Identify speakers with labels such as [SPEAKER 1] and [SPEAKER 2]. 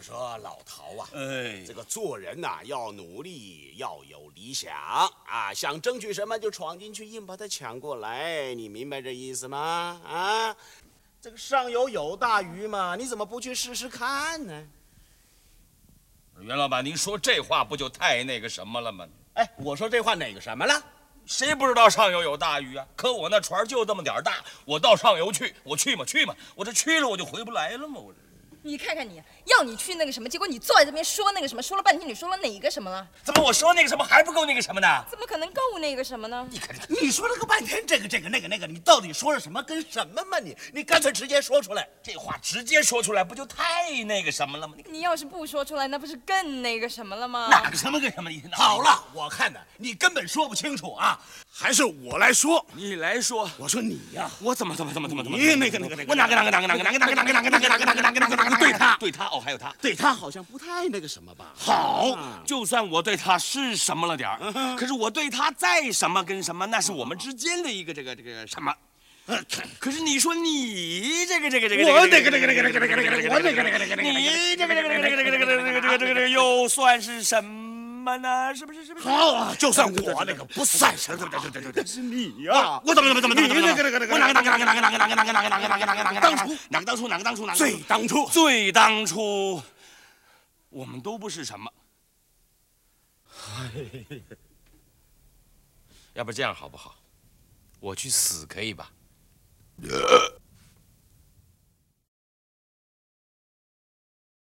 [SPEAKER 1] 说老陶啊，
[SPEAKER 2] 哎
[SPEAKER 1] 这，个做人呐、要努力，要有理想啊，想争取什么就闯进去，硬把它抢过来，你明白这意思吗？啊，这个上游有大鱼嘛，你怎么不去试试看呢？
[SPEAKER 2] 袁老板，您说这话不就太那个什么了吗？
[SPEAKER 1] 哎，我说这话哪个什么了？
[SPEAKER 2] 谁不知道上游有大鱼啊？可我那船就这么点儿大，我到上游去，我去嘛去嘛，我这去了我就回不来了嘛，我这
[SPEAKER 3] 你看看你，要你去那个什么，结果你坐在这边说那个什么，说了半天，你说了哪个什么了？
[SPEAKER 2] 怎么我说那个什么还不够那个什么呢？
[SPEAKER 3] 怎么可能够那个什么呢？
[SPEAKER 4] 你说了个半天这个这个那个那个，你到底说了什么跟什么嘛？你你干脆直接说出来。
[SPEAKER 2] 这话直接说出来不就太那个什么了吗？你
[SPEAKER 3] 你要是不说出来，那不是更那个什么了吗？
[SPEAKER 2] 哪个什么跟什么？你哪个
[SPEAKER 4] 好，了，我看呢，你根本说不清楚啊。
[SPEAKER 5] 还是我来说，
[SPEAKER 2] 你来说，
[SPEAKER 4] 我说你呀、
[SPEAKER 2] 我怎么怎么怎么怎么怎么？
[SPEAKER 5] 你那个那个那个，
[SPEAKER 2] 我哪个哪个哪个哪个哪个哪个哪个哪个哪个哪个哪个哪个哪个哪个对他对他哦，还有他
[SPEAKER 1] 对他好像不太那个什么吧？
[SPEAKER 2] 好，就算我对他是什么了点儿，可是我对他再什么跟什么，那是我们之间的一个这个这个什么。可是你说你这个这个这个，
[SPEAKER 5] 我那个那个那个那个那个那个，我那个那个那个那个
[SPEAKER 2] 你这个这个这个这个这个这个这个这个又算是什么呢？是不是是不是？
[SPEAKER 5] 好啊，就算我那个不算什么，是你呀，我怎么怎么怎么你那个那个那个，
[SPEAKER 2] 我哪个哪个哪个哪个哪个哪个哪个哪个哪个哪个哪个当初哪个当初哪个当初哪个
[SPEAKER 5] 最当初
[SPEAKER 2] 最当初，我们都不是什么。要不这样好不好？我去死可以吧？